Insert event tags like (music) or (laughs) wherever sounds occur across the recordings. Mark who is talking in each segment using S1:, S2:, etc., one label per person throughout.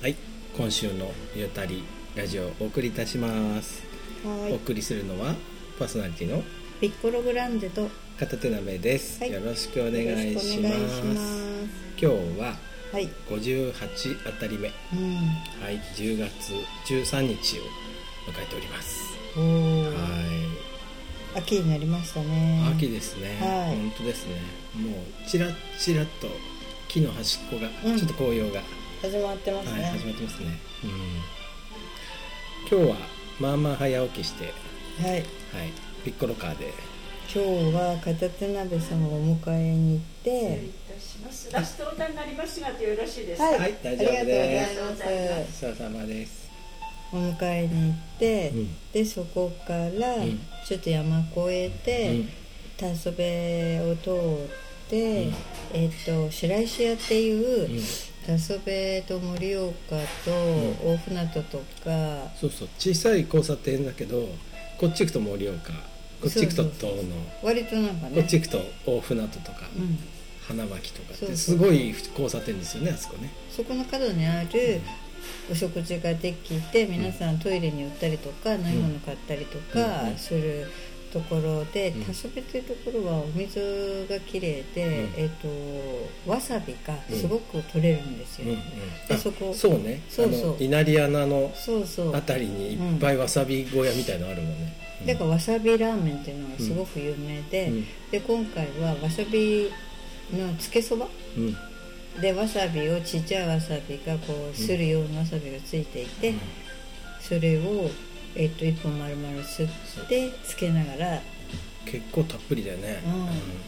S1: はい今週の「ゆたりラジオ」をお送りいたします、
S2: は
S1: お
S2: い。
S1: 送りするのはパーソナリティの
S2: ピッコログランデとよ
S1: 片手鍋です、
S2: はい
S1: よろしくお願
S2: ろし
S1: い
S2: く
S1: し
S2: お
S1: ま
S2: 願
S1: す
S2: いします。
S1: 今日は
S2: はい。
S1: 58あたり目
S2: うん。
S1: はい10月13日を迎えております、
S2: おお。
S1: はい
S2: 秋になりましたね。
S1: 秋。ですね、
S2: はい
S1: 本当ですねもうちらちらと木の端っこが、
S2: うん
S1: ちょっと紅葉が、
S2: 始まってます
S1: はい、
S2: ね。
S1: 始まってますね、うん、今日はまあまあ早起きして、は
S2: はい。
S1: い、ピッコロカーで
S2: 今日は片手鍋さんをお迎えに行って。
S3: いたします。ラストオーダーになりますが、よろしいですか。
S2: はい
S1: はい
S2: あ
S1: 大
S2: り
S1: 丈夫で
S2: が
S1: す
S2: とうございます。
S1: お疲れ様です
S2: お迎えに行って、
S1: うん
S2: でそこから
S1: うん
S2: ちょっと山越えて、
S1: うん
S2: 田磯部を通って、
S1: うん
S2: えっと白石屋っていう、
S1: うん
S2: 田磯部と盛岡と
S1: ん
S2: 大船渡とか、
S1: そうそう小さい交差点だけどこっち行くと盛岡こっち行くと遠
S2: そうそう
S1: 野
S2: 割となんかね
S1: こっち行くと大船渡とか、
S2: うん、
S1: 花巻とかっ
S2: そうそ
S1: て
S2: う
S1: すごい交差点ですよねあそこね
S2: そこの角にあるお食事ができて皆さんトイレに寄ったりとか飲み物買ったりと
S1: うん
S2: かするところで
S1: うん
S2: 田磯部というところはお水がきれいで、
S1: うん
S2: えっとわさびが
S1: うん
S2: すごく取れるんです
S1: うん
S2: よ、
S1: うん
S2: で
S1: あ
S2: そこ
S1: そうね
S2: そうそう
S1: あの稲荷穴の
S2: そうそう
S1: あたりにいっぱいわさび小屋みたいのあるもんね、うん
S2: だからわさびラーメンっていうのがすごく有名で、
S1: うん
S2: で今回はわさびのつけそば
S1: うん
S2: でわさびをちっちゃいわさびがこうするようなわさびがついていて、それを、えっと1本丸々吸ってつけながら
S1: 結構たっぷりだよね、
S2: うん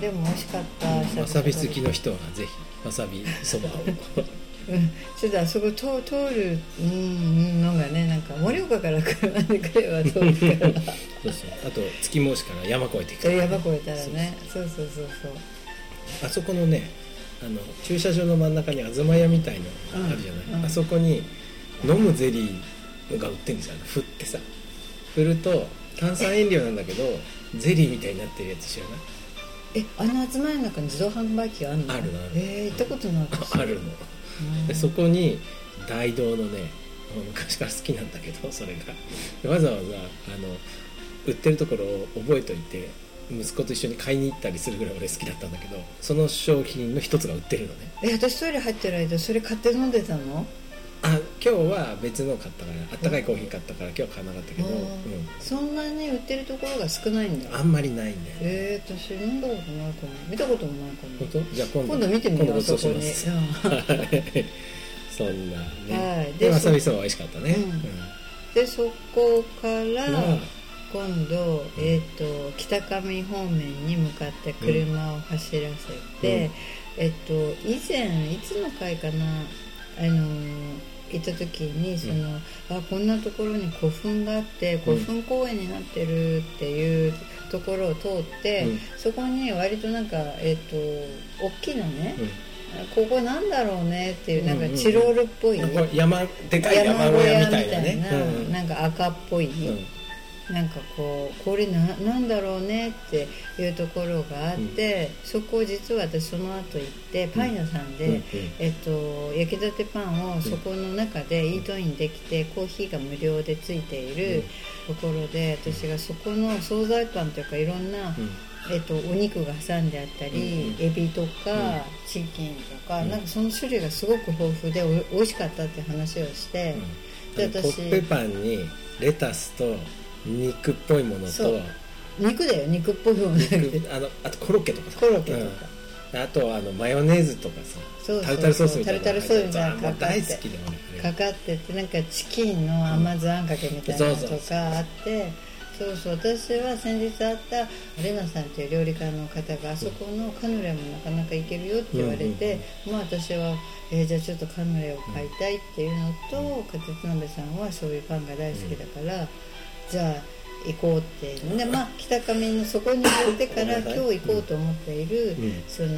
S2: でも美味しかった
S1: うんわさび好きの人はぜひわさびそばを
S2: うんちょっとあそこ通通るうんのがねなんか盛岡から車で来れば通る
S1: (laughs)
S2: から
S1: そうそうあと月申しから山越えていくと
S2: 山越えたらねそうそうそうそう
S1: あそこのねあの駐車場の真ん中に東屋みたいのあるじゃない、
S2: うんうん
S1: あそこに飲むゼリーが売ってるんですよあの振ってさ振ると炭酸飲料なんだけどゼリーみたいになってるやつ知らない (laughs)
S2: えあの集まりの中に自動販売機があるの
S1: あるある
S2: えー行ったことない
S1: (laughs)
S2: 私
S1: ああるの
S2: う
S1: で
S2: ん
S1: そこに大道のねもう昔から好きなんだけど (laughs) それがでわざわざあの売ってるところを覚えといて息子と一緒に買いに行ったりするぐらい俺好きだったんだけどその商品の一つが売ってるのね
S2: え私トイレ入ってる間それ買って飲んでたの
S1: あ今日は別の買ったからあったかいコーヒー買ったから今日は買わなかったけど、
S2: う
S1: うんん
S2: そんなに売ってるところが少ないんだ
S1: あんまりないんだよね、
S2: えー、私飲んだことないかも見たこともないかも
S1: 本当じゃあ今度
S2: 今度見てみよ
S1: 今
S2: う
S1: 度
S2: そ
S1: ご馳
S2: こに
S1: 走します
S2: うん
S1: (laughs) そんなね、
S2: はい
S1: で
S2: で
S1: わさびそば美味しかったね、
S2: うんでそこから
S1: うん
S2: 今度、えー、と北上方面に向かって車を走らせて、
S1: うん
S2: えっと以前いつの回かなあのー行った時にその、あこんなところに古墳があって古墳公園になってるっていうところを通って、
S1: うん
S2: そこに割となんか、えっと大きなね、
S1: うん
S2: ここなんだろうねっていうなん
S1: うんうんう
S2: か
S1: ん
S2: チロールっぽい、
S1: なんか山でかい
S2: 山
S1: 山
S2: 小
S1: 小
S2: 屋
S1: 屋み
S2: みた
S1: た
S2: い
S1: い
S2: な
S1: なねうん
S2: なんか赤っぽい、
S1: うん
S2: なんかこうこれななんだろうねっていうところがあって、そこを実は私その後行ってパン屋さんで、
S1: うんうん
S2: えっと、焼きたてパンをそこの中でイートインできて、コーヒーが無料でついているところで私がそこの惣菜パンというかいろんな、
S1: うん
S2: えっと、お肉が挟んであったり、
S1: うん
S2: エビとか、チキンとか、
S1: うん
S2: なんかその種類がすごく豊富でお美味しかったって話をして、
S1: あ
S2: で
S1: の
S2: 私
S1: コッペパンにレタスと肉っぽいもの
S2: そ
S1: と
S2: う肉だよ肉っぽいものだけど
S1: 肉あのあとコロッケとかさ
S2: コロッケとか、
S1: うんあとあのマヨネーズとかさ
S2: そうそうそう
S1: タルタルソースみたいな
S2: タルタルソースみたいなの
S1: もう
S2: かかっ
S1: 大
S2: て
S1: 好きだよ俺
S2: かかっててなんかチキンの甘酢あんかけみたいなのとかあってそうそう私は先日会ったレナさんっていう料理家の方があそこのカヌレもなかなかいけるよって言われて、まあ私は、えーじゃあちょっとカヌレを買いたいっていうのと片津鍋さんはそういうパンが大好きだから、じゃあ行こうってでまあ北上のそこに行ってか
S1: ごめ
S2: ら
S1: んな
S2: 今
S1: さい
S2: 日行こうと思っている、
S1: うん
S2: その。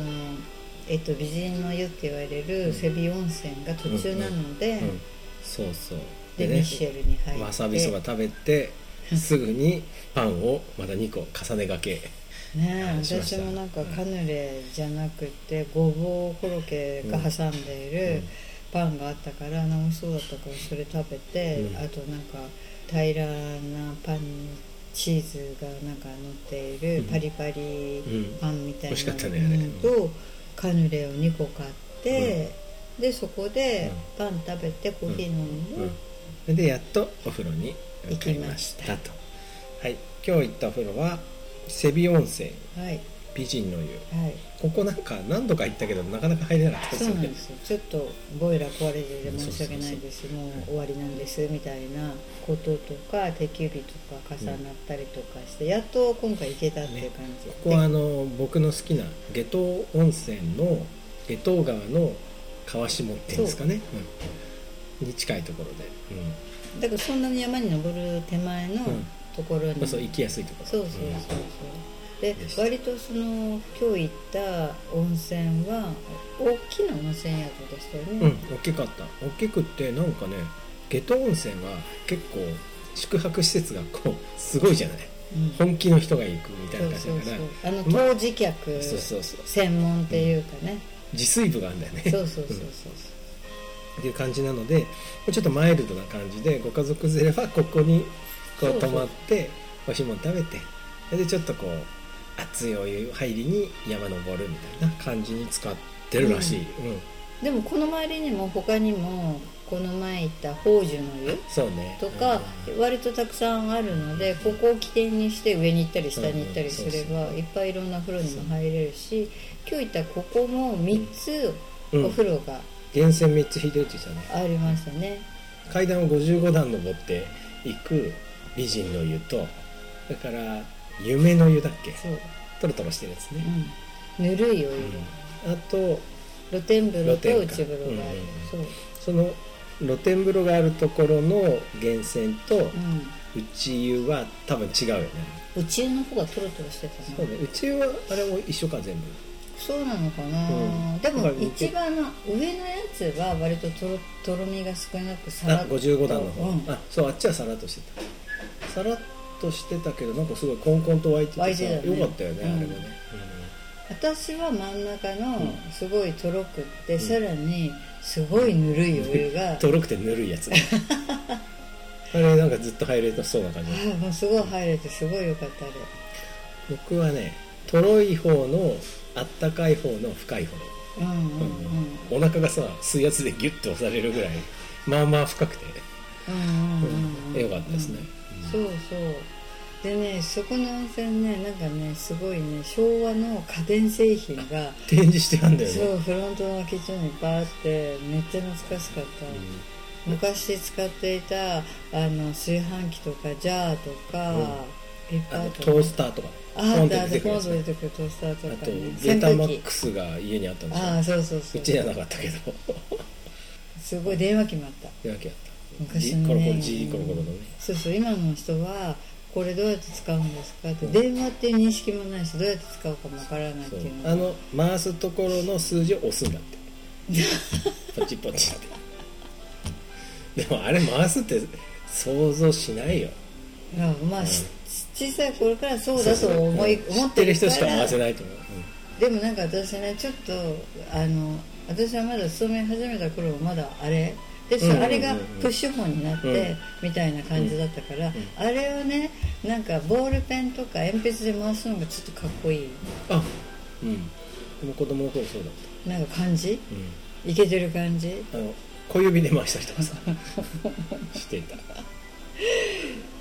S2: えっと、美人の湯って言われる瀬尾温泉が途中なので、
S1: うんそうそう
S2: でミッシェルに入って
S1: わさびそば食べてすぐにパンをまだ2個重ねがけ
S2: ねえ
S1: しまし
S2: 私
S1: た
S2: もなんかカヌレじゃなくてごぼうコロッケが挟んでいる、パンがあったから美味しそうだったからそれ食べて、
S1: うん
S2: あとなんか平らなパンにチーズがなんか乗っている
S1: うん
S2: パリパリ
S1: うん
S2: パンみたい
S1: 美味しか
S2: な
S1: ったねあれ
S2: うんとカヌレを2個買って、でそこでパン食べてコーヒー飲んで、
S1: うんそれでやっとお風呂に向かいました
S2: 行
S1: とはい今日行ったお風呂は瀬尾温泉
S2: はい
S1: 美人の湯
S2: はい
S1: ここなんか何度か行ったけどなかなか入れなかったで
S2: そ
S1: す
S2: う
S1: よ
S2: なん
S1: ね
S2: ですよちょっとボイラー壊れてて申し訳ないですもう終わりなんですみたいなこととか定休日とか重なったりとかしてやっと今回行けたっていう感じ、
S1: ここはあの僕の好きな下湯温泉の下湯川の川下っていうんですかね、うんに近いところで、
S2: だからそんなに山に登る手前の
S1: うん
S2: ところに、
S1: うんまあ、
S2: そ
S1: そうう行きやすいところ
S2: そうそうそう
S1: うん
S2: で
S1: でした
S2: 割とその今日行った温泉は大きな温泉宿でしたよ
S1: うん
S2: ね、
S1: 大きかった大きくってなんかね下戸温泉が結構宿泊施設がこうすごいじゃない
S2: うん
S1: 本気の人が行くみたい
S2: そう
S1: な
S2: そう
S1: 感じだから
S2: そうあの当時客
S1: そうそうそう
S2: 専門っていうかね、
S1: 自炊部があるんだよね
S2: そうそうそうそう
S1: っていう感じなのでちょっとマイルドな感じでご家族連れはここにこ
S2: そううそ
S1: 泊
S2: う
S1: まっておいしいもの食べてそれでちょっとこう熱いお湯入りに山登るみたいな感じに使ってるらしい、うん
S2: でもこの周りにも他にもこの前行った宝珠の湯
S1: そうね
S2: とか割とたくさんあるのでここを起点にして上に行ったり下に行ったりすればいっぱいいろんな風呂にも入れるし今日行ったここも3つ
S1: うん、う
S2: お
S1: ん
S2: 風呂が
S1: 源泉3つ引いてるって言ってたね
S2: ありましたね
S1: 階段を55段登っていく美人の湯とだから夢の湯だっけ
S2: そう、
S1: トロトロしてるやつね、
S2: うん、ぬるいお湯が
S1: あと
S2: 露天風呂と
S1: 露天か
S2: 内風呂がある
S1: う
S2: そう、
S1: その露天風呂があるところの源泉と
S2: う
S1: 内湯は多分違うよね、
S2: ん、内湯の方がトロトロしてた
S1: そう
S2: な
S1: ね内湯はあれも一緒か全部
S2: そうなのかな、
S1: うん
S2: で
S1: だか
S2: も
S1: ら僕
S2: 一番の上のやつは割ととろとろみが少なくさら
S1: あ
S2: っと
S1: 55段の方、
S2: うん
S1: あそうあっちはさらっとしてたさらっとしてたけどなんかすごいコンコンと湧いててさ
S2: 湧いてたよね
S1: かったよね、
S2: うん
S1: あれもね、
S2: 私は真ん中の
S1: う
S2: すごいとろくって、
S1: ん
S2: さらにすごいぬるいお湯が、
S1: (laughs) とろくてぬるいやつ
S2: (laughs)
S1: ねあれなんかずっと入れたそうな感じ
S2: あもうすごい入れてすごいよかったあれ
S1: 僕はねとろい方のあったかい方の深い方、
S2: うんうんうん、
S1: お腹がさ水圧でギュッと押されるぐらいまあまあ深くて、
S2: うんうんうんうん
S1: よかったですね、
S2: そうそうでねそこの温泉ねなんかねすごいね昭和の家電製品が
S1: 展示してあんだよね
S2: そうフロントの脇っちょにいっぱいあってめっちゃ懐かしかった、昔使っていたあの炊飯器とかジャーとか、
S1: うん
S2: いっ
S1: あ
S2: ぱいあ
S1: の
S2: った
S1: トースターとか
S2: あ
S1: ポン
S2: あ
S1: って
S2: だ
S1: 出
S2: あ
S1: てくる
S2: ポ
S1: や
S2: ン
S1: つ
S2: と
S1: ね
S2: 出てくるトースターと
S1: あ
S2: か
S1: と
S2: ね
S1: ゲータ
S2: 扇
S1: マ
S2: 風
S1: ッ
S2: 機
S1: クスが家にあったんです
S2: あ
S1: よ
S2: あそうそうそうう
S1: ちじゃなかったけど (laughs)
S2: すごい電話機もあった
S1: やけやった
S2: 昔
S1: じ
S2: の
S1: コロコ
S2: ね
S1: ロじコロコロのね
S2: そうそう今の人はこれどうやって使うんですかって電話っていう認識もないしどうやって使うかもわからないって
S1: そう
S2: いうのが
S1: あの回すところの数字を押すんだって
S2: (laughs)
S1: ポチポチってでもあれ回すって想像しないよ
S2: いやまあ、し小さい頃からそうだと思い
S1: うん
S2: 思
S1: 知ってる
S2: か
S1: 人
S2: ら
S1: しか回せないと思う、
S2: でもなんか私ねちょっとあの私はまだ勤め始めた頃はまだあれで
S1: うんうんうんうん
S2: あれがプッシュホンになってみたいな感じだったから、あれをねなんかボールペンとか鉛筆で回すのがちょっとかっこいい
S1: うんあうんでも子供の頃そうだっ
S2: なんか感じ
S1: た、うん
S2: いけてる感じ
S1: あの小指で回したりとかさ (laughs) してた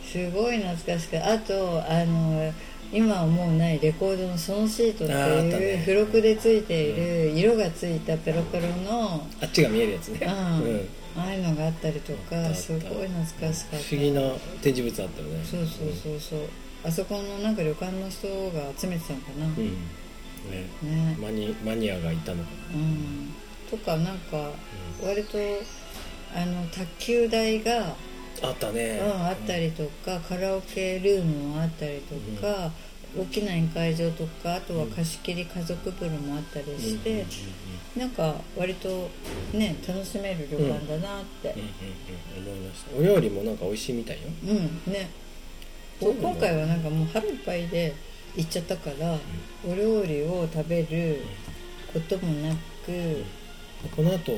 S2: すごい懐かしくあとあの今はもうないレコードのソンシートって
S1: あーあった
S2: い
S1: ね
S2: う付録でついている色がついたペロペロの
S1: あっちが見えるやつね、
S2: うん
S1: うん
S2: ああいうのがあったりと
S1: あったあ
S2: か
S1: った
S2: すごい懐かしかった
S1: 不思議な展示物あったよね
S2: そうそうそうそうあそこのなんか旅館の人が集めてたのかな、
S1: うん、ね
S2: ね、
S1: マニマニアがいたのかな
S2: うん、とかなんか割とあの卓球台が、
S1: あった
S2: う
S1: ね、
S2: ん、あったりとかカラオケルームもあったりとか、大きな宴会場とかあとは貸し切り家族風呂もあったり
S1: うん
S2: して、なんか割とね楽しめる旅館だなって
S1: うんうんうんうん思いましたお料理もなんか美味しいみたいよ
S2: うん、ね
S1: そうなんだ
S2: 今回はなんかもう腹いっぱいで行っちゃったから、お料理を食べることもなく、
S1: この後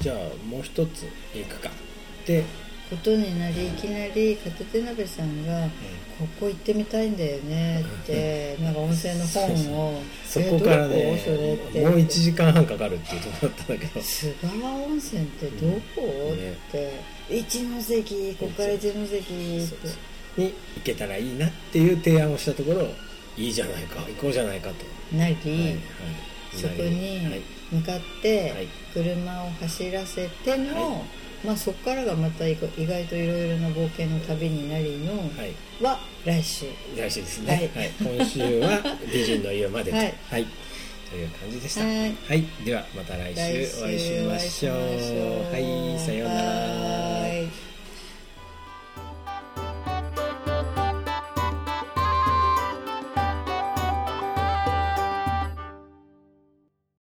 S1: じゃあもう一つ行くかで、
S2: ことになりいきなり片手鍋さんが「ここ行ってみたいんだよね」ってなんか温泉の本を
S1: そこからね
S2: えどこそれって
S1: もう1時間半かかるっていうところだったんだけど
S2: 菅川温泉ってどこ、
S1: うんね
S2: って一ノ関ここから一ノ関って
S1: に行けたらいいなっていう提案をしたところいいじゃないか行こうじゃないかと、
S2: な
S1: はい
S2: り、そこに
S1: はい
S2: 向かっ
S1: はい
S2: て車を走らせての、
S1: は
S2: まあ、そこからがまた意外といろいろな冒険の旅になりの
S1: はい
S2: は来週
S1: 来週ですね、は
S2: はい
S1: 今週は (laughs) 美人の家までと、は
S2: はいい
S1: という感じでした、は
S2: はいい
S1: ではまた来週
S2: 来週
S1: お会いしましょう
S2: お会いしましょう
S1: はいさようなら
S2: バイ